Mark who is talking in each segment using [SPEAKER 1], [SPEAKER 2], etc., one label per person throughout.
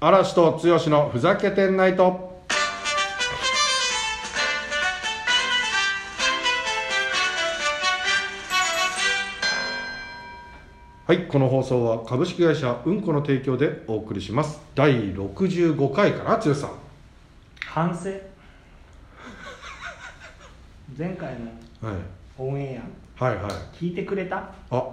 [SPEAKER 1] 嵐と剛のふざけてんないと。はい、この放送は株式会社うんこの提供でお送りします。第65回かな、剛さん。
[SPEAKER 2] 反省前回の
[SPEAKER 1] はい、
[SPEAKER 2] オンエ
[SPEAKER 1] はい、はい。
[SPEAKER 2] ア聞いてくれた
[SPEAKER 1] あ、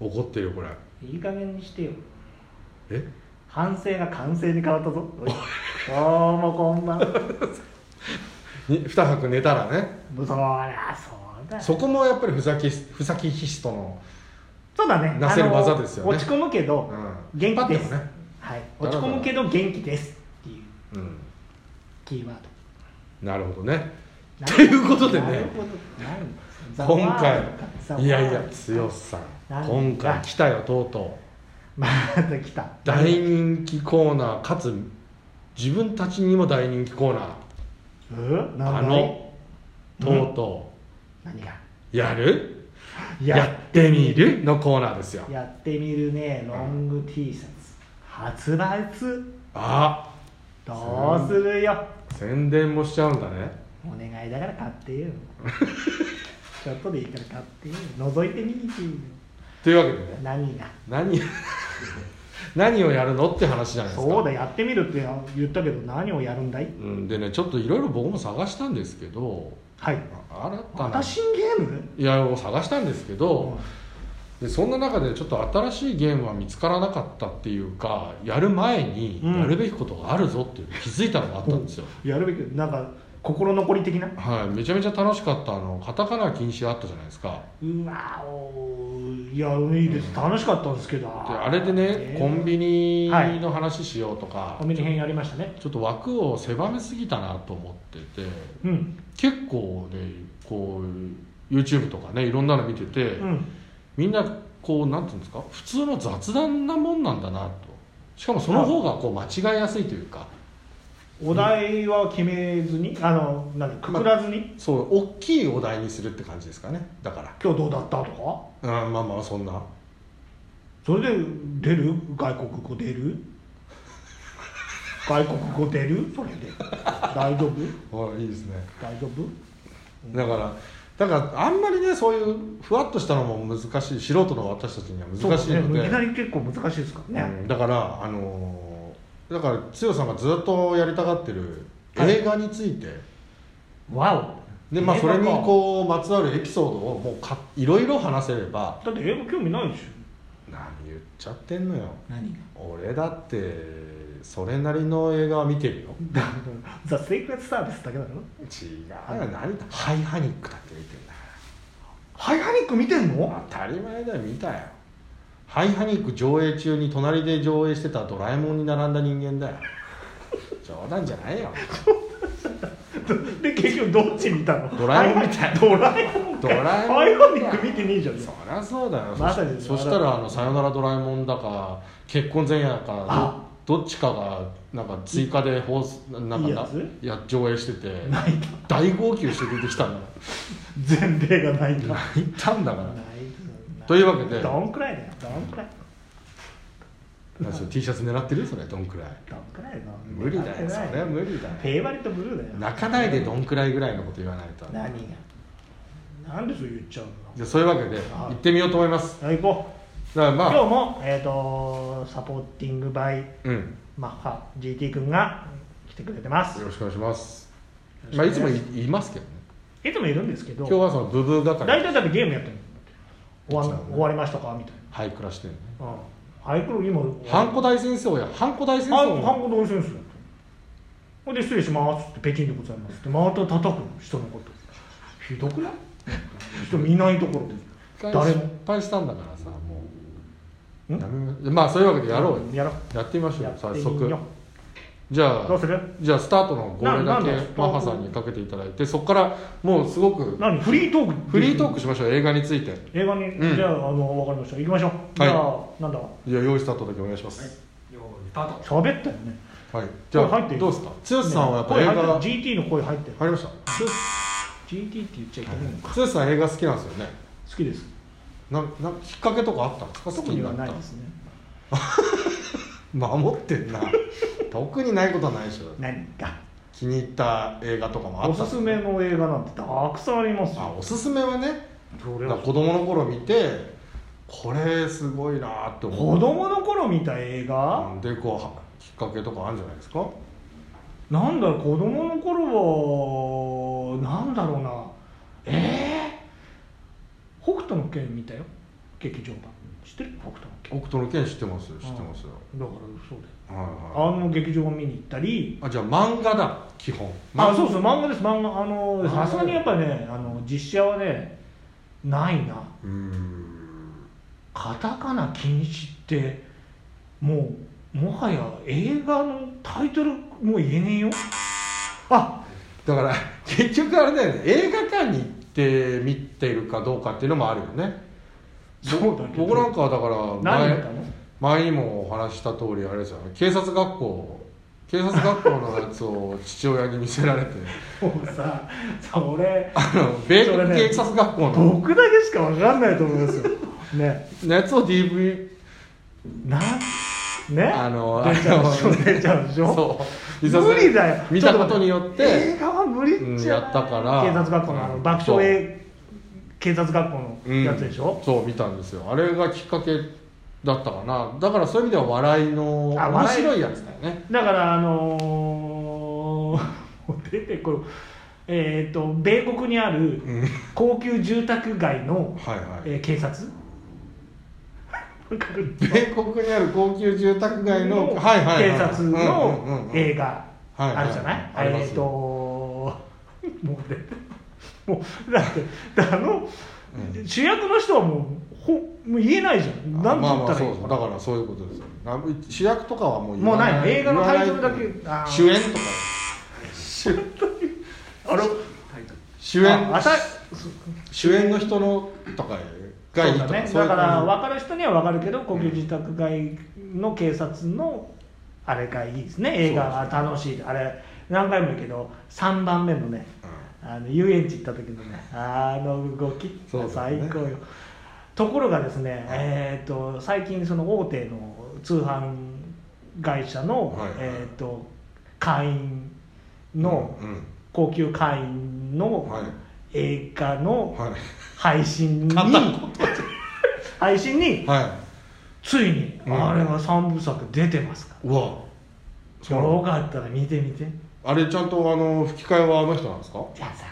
[SPEAKER 1] 怒ってるよ、これ。
[SPEAKER 2] いい加減にしてよ
[SPEAKER 1] え
[SPEAKER 2] 反省が完成に変わったぞおいどうもこんばん
[SPEAKER 1] に2泊寝たらね
[SPEAKER 2] ぶそーあそうだ
[SPEAKER 1] そこもやっぱりふざきふざきヒストの、
[SPEAKER 2] そうだね
[SPEAKER 1] なせる
[SPEAKER 2] あの
[SPEAKER 1] 技ですよね
[SPEAKER 2] 落ち込むけど
[SPEAKER 1] うん
[SPEAKER 2] 元気で
[SPEAKER 1] 引っ張って
[SPEAKER 2] す、
[SPEAKER 1] もね
[SPEAKER 2] は
[SPEAKER 1] だら
[SPEAKER 2] い、落
[SPEAKER 1] だ
[SPEAKER 2] ち
[SPEAKER 1] ら
[SPEAKER 2] 込むけど元気ですってい
[SPEAKER 1] う
[SPEAKER 2] う
[SPEAKER 1] ん、
[SPEAKER 2] キーワード
[SPEAKER 1] なるほどね
[SPEAKER 2] なん
[SPEAKER 1] ということでね
[SPEAKER 2] なるほどなんザワ
[SPEAKER 1] 今
[SPEAKER 2] ー
[SPEAKER 1] 回
[SPEAKER 2] ルドかザワー
[SPEAKER 1] い
[SPEAKER 2] ルド
[SPEAKER 1] や
[SPEAKER 2] か
[SPEAKER 1] いや剛さ
[SPEAKER 2] なん
[SPEAKER 1] ん
[SPEAKER 2] だ
[SPEAKER 1] 今回来たよとうと
[SPEAKER 2] また来た
[SPEAKER 1] う大人気コーナーかつ自分たちにも大人気コーナー
[SPEAKER 2] えなんだ
[SPEAKER 1] あのとうと
[SPEAKER 2] 何が
[SPEAKER 1] うやるやってみるのコーナーですよ
[SPEAKER 2] やってみるねロング T シャツ発売中
[SPEAKER 1] あ
[SPEAKER 2] どうするよ
[SPEAKER 1] 宣伝もしちゃうんだね
[SPEAKER 2] お願いだから買って よちょっとでいいから買ってよ覗いてみてよ
[SPEAKER 1] というわけでね
[SPEAKER 2] 何が
[SPEAKER 1] 何 何をやるのって話じゃないですか
[SPEAKER 2] そうだやってみるって言ったけど何をやるんだい
[SPEAKER 1] うん、でねちょっといろいろ僕も探したんですけど
[SPEAKER 2] はい
[SPEAKER 1] あ新た
[SPEAKER 2] ま
[SPEAKER 1] な
[SPEAKER 2] た新ゲーム
[SPEAKER 1] いやを探したんですけど、でそんな中でちょっと新しいゲームは見つからなかったっていうかやる前に
[SPEAKER 2] うん
[SPEAKER 1] やるべきことがあるぞっていう気づいたのがあったんですよ、
[SPEAKER 2] やるべきなんか心残り的な
[SPEAKER 1] はいめちゃめちゃ楽しかったあのカタカナ禁止あったじゃないですか
[SPEAKER 2] うわおーいやいいです楽しかったんですけど
[SPEAKER 1] であれでねコンビニの話しようとか、
[SPEAKER 2] コンビニ編やりましたね
[SPEAKER 1] ちょっと枠を狭めすぎたなと思ってて
[SPEAKER 2] うん
[SPEAKER 1] 結構ねこう YouTube とかねいろんなの見てて、
[SPEAKER 2] うん
[SPEAKER 1] みんなこうなんていうんですか普通の雑談なもんなんだなとしかもその方がこう間違えやすいというか
[SPEAKER 2] お題は決めずに、あの何くくらずに、
[SPEAKER 1] そう大きいお題にするって感じですかねだか
[SPEAKER 2] 今日どうだったとから
[SPEAKER 1] うんまあまあそんな
[SPEAKER 2] それで出る外国語出る外国語出るそれで大丈夫
[SPEAKER 1] あいいですね
[SPEAKER 2] 大丈夫
[SPEAKER 1] だからだからあんまりねそういうふわっとしたのも難しい素人の私たちには難しい
[SPEAKER 2] そう
[SPEAKER 1] の
[SPEAKER 2] です
[SPEAKER 1] で
[SPEAKER 2] ねいきなり結構難しいですからね、
[SPEAKER 1] うんだからあのーだから剛さんがずっとやりたがってる映画について、
[SPEAKER 2] わ
[SPEAKER 1] でまあ、
[SPEAKER 2] 映
[SPEAKER 1] そ
[SPEAKER 2] 画か
[SPEAKER 1] れにこうまつわるエピソードをもうかいろいろ話せれば
[SPEAKER 2] おだって英語興味ないでしょ
[SPEAKER 1] 何言っちゃってんのよ
[SPEAKER 2] 何が
[SPEAKER 1] 俺だってそれなりの映画は見てるよ
[SPEAKER 2] だから ザ・セイクレット・サービスだけだろ
[SPEAKER 1] 違う何ハイハニックだって見てんだ
[SPEAKER 2] ハイハニック見てんの
[SPEAKER 1] 当たり前だよ見たよハイハニック上映中に隣で上映してたドラえもんに並んだ人間だ よ冗談じゃないよ
[SPEAKER 2] で結局どっち見たの
[SPEAKER 1] ドラえもんみたい
[SPEAKER 2] ドラえもん
[SPEAKER 1] ド
[SPEAKER 2] か
[SPEAKER 1] ラえもん
[SPEAKER 2] ハイハニック見てねえじゃん
[SPEAKER 1] そりゃそうだよ、
[SPEAKER 2] まさに
[SPEAKER 1] そしそしたらあの「さよならドラえもん」だか「結婚前夜」か
[SPEAKER 2] あ
[SPEAKER 1] どどっちかがなんか追加で放送なんか
[SPEAKER 2] いい
[SPEAKER 1] な
[SPEAKER 2] やつ
[SPEAKER 1] や上映してて
[SPEAKER 2] 泣いた
[SPEAKER 1] 大号泣して出てきたの
[SPEAKER 2] 前例がないんだ
[SPEAKER 1] 泣いたん だから
[SPEAKER 2] ない
[SPEAKER 1] というわけで
[SPEAKER 2] どんくらいだよどんくらい
[SPEAKER 1] 何それ T シャツ狙ってるそれどん くらい
[SPEAKER 2] どんくらいの
[SPEAKER 1] 無理だよそれは無理だよ
[SPEAKER 2] フェイバリットブルーだよ
[SPEAKER 1] 泣かないでどんくらいぐらいのこと言わないと
[SPEAKER 2] 何がなんでそう言っちゃう
[SPEAKER 1] じゃあそういうわけで
[SPEAKER 2] あ
[SPEAKER 1] 行ってみようと思います
[SPEAKER 2] のはい行こ
[SPEAKER 1] だから
[SPEAKER 2] う今
[SPEAKER 1] ま
[SPEAKER 2] 日
[SPEAKER 1] あ
[SPEAKER 2] もえっとサポーティングバイ
[SPEAKER 1] うん
[SPEAKER 2] マッハ GT 君が来てくれてます
[SPEAKER 1] よろしくお願いしますまあいつもい言いますけどね
[SPEAKER 2] いつもいるんですけど
[SPEAKER 1] 今日はその部分
[SPEAKER 2] 大
[SPEAKER 1] 係
[SPEAKER 2] 体だってゲームやってる終わん
[SPEAKER 1] そうだね
[SPEAKER 2] 終わりましたかみたい
[SPEAKER 1] 俳句らしてるね
[SPEAKER 2] なうんハイクロ今
[SPEAKER 1] ハンコ大先生をやハンコ大先生
[SPEAKER 2] ハンハン
[SPEAKER 1] を
[SPEAKER 2] コどうするんですよほいで失礼しますって北京でございますってまた叩くの人のことひどくない人見ないところで
[SPEAKER 1] 一回
[SPEAKER 2] 誰も
[SPEAKER 1] 失敗したんだからさもうんやめままあそういうわけでやろうよ
[SPEAKER 2] やろ
[SPEAKER 1] やってみまし
[SPEAKER 2] う
[SPEAKER 1] ょ
[SPEAKER 2] や
[SPEAKER 1] う
[SPEAKER 2] って
[SPEAKER 1] 早
[SPEAKER 2] みよ
[SPEAKER 1] 速じゃ
[SPEAKER 2] う
[SPEAKER 1] あ
[SPEAKER 2] どうする
[SPEAKER 1] じゃあスタートの号令だ
[SPEAKER 2] ななん
[SPEAKER 1] け
[SPEAKER 2] だ
[SPEAKER 1] マッハさんにかけていただいてそこからもうすごく
[SPEAKER 2] 何フリートーク
[SPEAKER 1] フリートー
[SPEAKER 2] ク
[SPEAKER 1] クしましょう映画について
[SPEAKER 2] 映画に、
[SPEAKER 1] うん
[SPEAKER 2] じゃああの分かりました行きましょう、じゃあなんだ
[SPEAKER 1] じゃあ用意スタートだけお願いします
[SPEAKER 2] 喋ったよね
[SPEAKER 1] はい、じゃあ
[SPEAKER 2] これ入っていい
[SPEAKER 1] どうですか剛さんはやっぱ
[SPEAKER 2] ね
[SPEAKER 1] 映画
[SPEAKER 2] 声入
[SPEAKER 1] 入
[SPEAKER 2] ってる GT の声入ってる
[SPEAKER 1] りました
[SPEAKER 2] GT って言っちゃいけないのか
[SPEAKER 1] 剛さん映画好きなんですよね
[SPEAKER 2] 好きです
[SPEAKER 1] なんなんきっかけとかあったんですか好き
[SPEAKER 2] 特に
[SPEAKER 1] にな
[SPEAKER 2] は
[SPEAKER 1] った
[SPEAKER 2] ないですね
[SPEAKER 1] 守ってんな特にないことはないでしょ
[SPEAKER 3] 何か
[SPEAKER 1] 気に入った映画とかもあ
[SPEAKER 2] お
[SPEAKER 1] った
[SPEAKER 2] すすめの映画なんてたくさんあります
[SPEAKER 1] あ
[SPEAKER 2] よ
[SPEAKER 1] おすすめはね
[SPEAKER 2] それ
[SPEAKER 1] だから
[SPEAKER 2] は
[SPEAKER 1] 子供の頃見てこれすごいなって思
[SPEAKER 2] 子
[SPEAKER 1] う
[SPEAKER 2] 供の頃見た映画、
[SPEAKER 1] でこうはきっかけとかあるんじゃないですか
[SPEAKER 2] なんだろう子供の頃はなんだろうなえー、北斗の拳見たよ劇場版知ってる北斗の拳
[SPEAKER 1] 北斗の拳知ってますよ知ってますよ、
[SPEAKER 2] だからそうだよ
[SPEAKER 1] はい
[SPEAKER 2] あ
[SPEAKER 1] はい
[SPEAKER 2] の劇場版見に行ったり
[SPEAKER 1] あじゃあ漫画だ基本
[SPEAKER 2] あそううそう漫画です漫画あ
[SPEAKER 1] 漫
[SPEAKER 2] の
[SPEAKER 1] 画
[SPEAKER 2] さすがにやっぱねあの実写はねないな
[SPEAKER 1] うーん
[SPEAKER 2] カタカナ禁止ってもうもはや映画のタイトルもう言えねえよあ
[SPEAKER 1] だから結局あれだよね映画館に行って見てるかどうかっていうのもあるよね
[SPEAKER 2] そうだけど
[SPEAKER 1] 僕なんかはだから
[SPEAKER 2] 何
[SPEAKER 1] 前
[SPEAKER 2] 見たの
[SPEAKER 1] 前にもお話しした通りあれですよね警察学校警察学校のやつを父親に見せられて
[SPEAKER 2] もうさそれ
[SPEAKER 1] あの米国警察学校の
[SPEAKER 2] 僕だけしか分かんないと思いますよね
[SPEAKER 1] やつを DV
[SPEAKER 2] なね
[SPEAKER 1] あの
[SPEAKER 2] 出ちゃうでしょ
[SPEAKER 1] あの
[SPEAKER 2] 出ちゃうでしょ
[SPEAKER 1] そう
[SPEAKER 2] 無
[SPEAKER 1] 見させ
[SPEAKER 2] 理だよ
[SPEAKER 1] 見たことによって
[SPEAKER 2] 映画は無理っちゃ、
[SPEAKER 1] うんやったから
[SPEAKER 2] 警察学校のあの
[SPEAKER 1] うん
[SPEAKER 2] 爆笑映警察学校のやつでし
[SPEAKER 1] う
[SPEAKER 2] ょ
[SPEAKER 1] ん、そう見たんですよあれがきっかけだったかなだからそういう意味では笑いの
[SPEAKER 2] あ
[SPEAKER 1] 面
[SPEAKER 2] 笑い
[SPEAKER 1] 白いやつだよね
[SPEAKER 2] だからあのーもう出てこるえっ、と米国にある
[SPEAKER 1] うん
[SPEAKER 2] 高級住宅街の、
[SPEAKER 1] はいはい
[SPEAKER 2] えー警察わかる
[SPEAKER 1] 米国にある高級住宅街の
[SPEAKER 2] 警
[SPEAKER 1] はいはいはい
[SPEAKER 2] 察
[SPEAKER 1] うんうんうん
[SPEAKER 2] の
[SPEAKER 1] うん
[SPEAKER 2] 映画
[SPEAKER 1] はいはい
[SPEAKER 2] あるじゃない
[SPEAKER 1] あります
[SPEAKER 2] えっともうねもうだってだあの主役の人はもうほもう言えないじゃん
[SPEAKER 1] あ
[SPEAKER 2] 何て
[SPEAKER 1] まあ
[SPEAKER 2] 言
[SPEAKER 1] ま
[SPEAKER 2] っ
[SPEAKER 1] あ
[SPEAKER 2] たら
[SPEAKER 1] そ
[SPEAKER 2] い
[SPEAKER 1] そ
[SPEAKER 2] うい
[SPEAKER 1] う
[SPEAKER 2] の
[SPEAKER 1] だ
[SPEAKER 2] か
[SPEAKER 1] からそういうことですよな主役とかはもう
[SPEAKER 2] もうない
[SPEAKER 1] 言わ
[SPEAKER 2] 映画のタイトルだけ
[SPEAKER 1] 言わない
[SPEAKER 2] あー
[SPEAKER 1] 主演とか主
[SPEAKER 2] なあれ
[SPEAKER 1] 主演
[SPEAKER 2] ああた
[SPEAKER 1] 主演の人のとかがいい
[SPEAKER 2] そ
[SPEAKER 1] と
[SPEAKER 2] うだ
[SPEAKER 1] か
[SPEAKER 2] ね
[SPEAKER 1] そうい
[SPEAKER 2] だ
[SPEAKER 1] う
[SPEAKER 2] から
[SPEAKER 1] 感
[SPEAKER 2] 分かる人には分かるけど高級住宅街の警察のあれがいいですね映画は楽しいあれ何回も言うけど3番目のね
[SPEAKER 1] じうん
[SPEAKER 2] あの遊園地行った時のねあの動き、
[SPEAKER 1] そうだ
[SPEAKER 2] 最
[SPEAKER 1] よね
[SPEAKER 2] 高よところがですね、えー、と最近その大手の通販会社の、
[SPEAKER 1] はいはい
[SPEAKER 2] えー、と会員の、
[SPEAKER 1] うんうん
[SPEAKER 2] 高級会員の
[SPEAKER 1] はい
[SPEAKER 2] 映画の
[SPEAKER 1] はい
[SPEAKER 2] 配信に、
[SPEAKER 1] 片言
[SPEAKER 2] 配信に
[SPEAKER 1] は
[SPEAKER 2] ついに
[SPEAKER 1] うん
[SPEAKER 2] あれが3部作出てますか
[SPEAKER 1] いうわ
[SPEAKER 2] ら、よかったら見てみて
[SPEAKER 1] あれちゃんとあの吹き替えはあの人なんですか
[SPEAKER 2] じゃあさ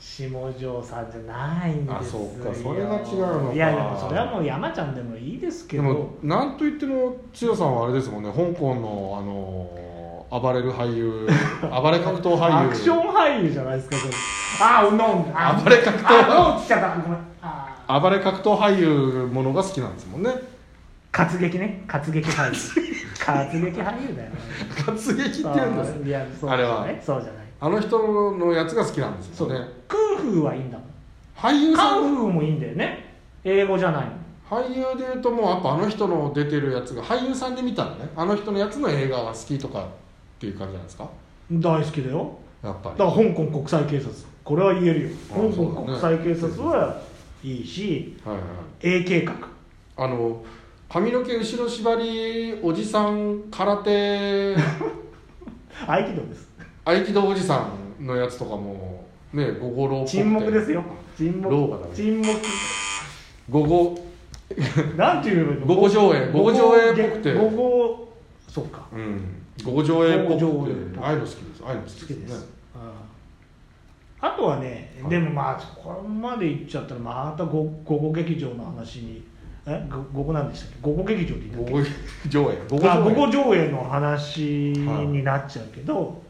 [SPEAKER 2] 下條さんじゃないんですよ
[SPEAKER 1] あそうかそれが違うのか
[SPEAKER 2] いやでもそれはもう山ちゃんでもいいですけ
[SPEAKER 1] で
[SPEAKER 2] ど
[SPEAKER 1] もなんといっても千代さんはあれですもんね香港のあの暴れる俳 優暴れ格闘俳
[SPEAKER 2] ア
[SPEAKER 1] 優
[SPEAKER 2] クション俳優じゃないですかそれあーうのんあー
[SPEAKER 1] 暴れ格闘
[SPEAKER 2] あーうのんつっちゃったごめんあー
[SPEAKER 1] 暴れ格闘俳優ものが好きなんですもん ね
[SPEAKER 2] 活劇ね活劇俳 優活劇俳優だよね
[SPEAKER 1] 活劇って言うんです
[SPEAKER 2] あーいやそう
[SPEAKER 1] あれ
[SPEAKER 2] じゃ
[SPEAKER 1] は
[SPEAKER 2] ないそうじゃない
[SPEAKER 1] あの人のやつが好きなんですよね
[SPEAKER 2] クンフーはいいんだもん
[SPEAKER 1] 俳優
[SPEAKER 2] カ
[SPEAKER 1] さ
[SPEAKER 2] ン
[SPEAKER 1] ん
[SPEAKER 2] フーもいいんだよね英語じゃないの
[SPEAKER 1] 俳優でいうともうやっぱあの人の出てるやつが俳優さんで見たらねあの人のやつの映画が好きとかっていう感じなんですか
[SPEAKER 2] 大好きだよ
[SPEAKER 1] やっぱ
[SPEAKER 2] だ
[SPEAKER 1] り
[SPEAKER 2] から香港国際警察これは言えるよ
[SPEAKER 1] あ
[SPEAKER 2] 香
[SPEAKER 1] ーそうだ
[SPEAKER 2] 港
[SPEAKER 1] ね
[SPEAKER 2] 国際警察はいいし
[SPEAKER 1] はいはい
[SPEAKER 2] A 計画
[SPEAKER 1] あの髪の毛後ろ縛りおじさん空 手
[SPEAKER 2] 合気道です
[SPEAKER 1] 合気道おじさんのやつとかもねごごろ
[SPEAKER 2] 沈黙ですよ沈
[SPEAKER 1] 老婆だ
[SPEAKER 2] 黙
[SPEAKER 1] ね
[SPEAKER 2] 沈黙
[SPEAKER 1] ごご
[SPEAKER 2] なんて言えばいいの
[SPEAKER 1] 午後上映午後上映っぽくて
[SPEAKER 2] 午後そうか
[SPEAKER 1] うんごご上映っぽ
[SPEAKER 2] ごご上映っ
[SPEAKER 1] く
[SPEAKER 2] ぽ
[SPEAKER 1] て
[SPEAKER 2] く
[SPEAKER 1] ああいうの好きですああいうの好
[SPEAKER 2] 好
[SPEAKER 1] き
[SPEAKER 2] き
[SPEAKER 1] で
[SPEAKER 2] です
[SPEAKER 1] ね
[SPEAKER 2] すあーあとはね
[SPEAKER 1] はい
[SPEAKER 2] でもまあそこまで行っちゃったらまた午午後劇場の話にえご午後なんでしたっけ午後劇場って
[SPEAKER 1] ご
[SPEAKER 2] 言ったっ
[SPEAKER 1] ご上映ご
[SPEAKER 2] けあ午後
[SPEAKER 1] ご上映
[SPEAKER 2] 上映の話になっちゃうけど、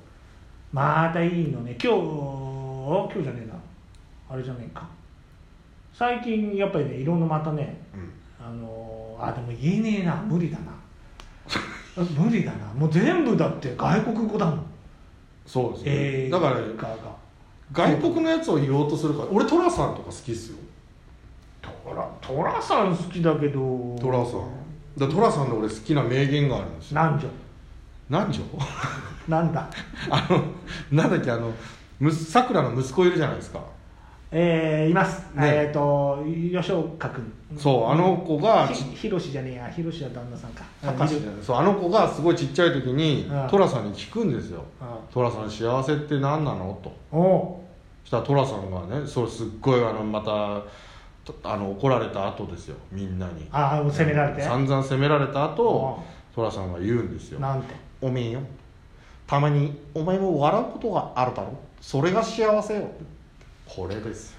[SPEAKER 2] またいいのね今日今日じゃねえなあれじゃねえか最近やっぱりねいろんなまたね
[SPEAKER 1] うん
[SPEAKER 2] あのーあでも言えねえな無理だ なあ無理だなもう全部だって外国語だもん
[SPEAKER 1] そうです
[SPEAKER 2] 映
[SPEAKER 1] ね
[SPEAKER 2] 画
[SPEAKER 1] だから
[SPEAKER 2] が
[SPEAKER 1] 外国のやつを言おうとするから俺トラさんとか好きっすよ
[SPEAKER 2] トラトラさん好きだけど
[SPEAKER 1] トラさんだからトラさんの俺好きな名言があるんですよ
[SPEAKER 2] 男女
[SPEAKER 1] 何条
[SPEAKER 2] なんだ
[SPEAKER 1] あのなんだっけあのむさくらの息子いるじゃないですか
[SPEAKER 2] えーいます、
[SPEAKER 1] ね
[SPEAKER 2] えっ、と吉岡君
[SPEAKER 1] そうあの子が
[SPEAKER 2] ひひろしじゃねえやひろしは旦那さんか
[SPEAKER 1] 高橋そうあの子がすごいちっちゃい時に
[SPEAKER 2] うん
[SPEAKER 1] 寅さんに聞くんですよ
[SPEAKER 2] あ
[SPEAKER 1] 「寅さん幸せって何なの?」と
[SPEAKER 2] おお
[SPEAKER 1] したら寅さんがねそれすっごいあのまたとあの怒られた後ですよみんなに
[SPEAKER 2] ああ責められて
[SPEAKER 1] 散々責められた後
[SPEAKER 2] う
[SPEAKER 1] 寅さんが言うんですよ
[SPEAKER 2] なんて
[SPEAKER 1] 「おめえよたまにお前も笑うことがあるだろそれが幸せよ」これですよ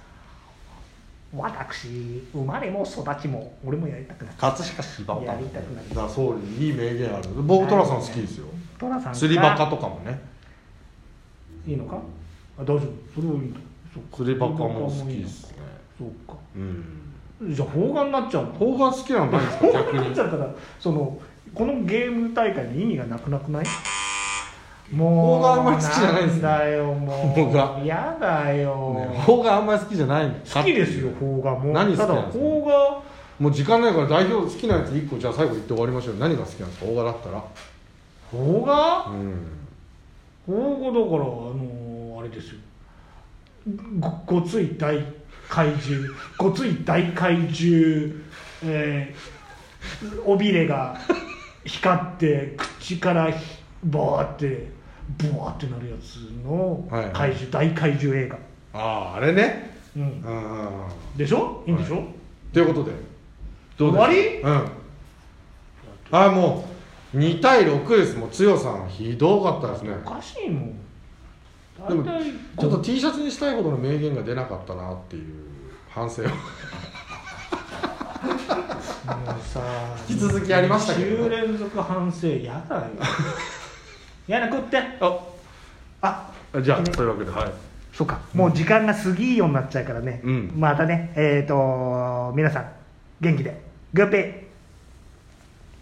[SPEAKER 2] 私生まれも育ちも俺もやりたくなった
[SPEAKER 1] 葛飾柴
[SPEAKER 2] やりたくなる
[SPEAKER 1] だそういい名言ある僕寅さん好きですよ
[SPEAKER 2] 寅さんが
[SPEAKER 1] 釣りバカとかもね
[SPEAKER 2] いいのかあ大丈夫それはいいんだそうか
[SPEAKER 1] 釣りバカも好きですね
[SPEAKER 2] そうか
[SPEAKER 1] うん
[SPEAKER 2] じゃあ邦画になっちゃうの
[SPEAKER 1] 邦画好きなのないですか逆
[SPEAKER 2] になっ
[SPEAKER 1] に
[SPEAKER 2] ちゃったらそのこのゲーム大会に意味がなくなくないも
[SPEAKER 1] 邦
[SPEAKER 2] う
[SPEAKER 1] 画あんまり好きじゃないですね
[SPEAKER 2] んだよ もう
[SPEAKER 1] 邦画
[SPEAKER 2] やだよ、
[SPEAKER 1] ね邦画あんまり好きじゃないの
[SPEAKER 2] 好きですよ邦画も
[SPEAKER 1] 何好き
[SPEAKER 2] た
[SPEAKER 1] な
[SPEAKER 2] だ
[SPEAKER 1] んですか
[SPEAKER 2] 邦画
[SPEAKER 1] もう時間ないから代表好きなやつ1個じゃあ最後言って終わりましょう何が好きなんですか邦画だったら
[SPEAKER 2] 邦画
[SPEAKER 1] うん
[SPEAKER 2] 邦画だからあのーあれですよごごつい大怪獣 ごつい大怪獣えー尾びれが光って口からひボーってボワーってなるやつの
[SPEAKER 1] はいはい
[SPEAKER 2] 怪獣、大怪獣映画、
[SPEAKER 1] あああれね
[SPEAKER 2] うん、
[SPEAKER 1] うんうんうん
[SPEAKER 2] でしょいいんでしょ、
[SPEAKER 1] ということでどうです
[SPEAKER 2] 終わり
[SPEAKER 1] うんああもう2対6ですもう強さんひどかったですね
[SPEAKER 2] おかしいもん
[SPEAKER 1] でも
[SPEAKER 2] 大体
[SPEAKER 1] ちょっと T シャツにしたいほどの名言が出なかったなっていう反省を
[SPEAKER 2] もうさ
[SPEAKER 1] 引き続きありましたけどね
[SPEAKER 2] 2週連続反省や だよやなこってあ
[SPEAKER 1] あじゃあそういうわけではい
[SPEAKER 2] そうか、もう時間が過ぎようになっちゃうからね、
[SPEAKER 1] うん
[SPEAKER 2] またね、えっ、と、皆さん、元気で、グッピー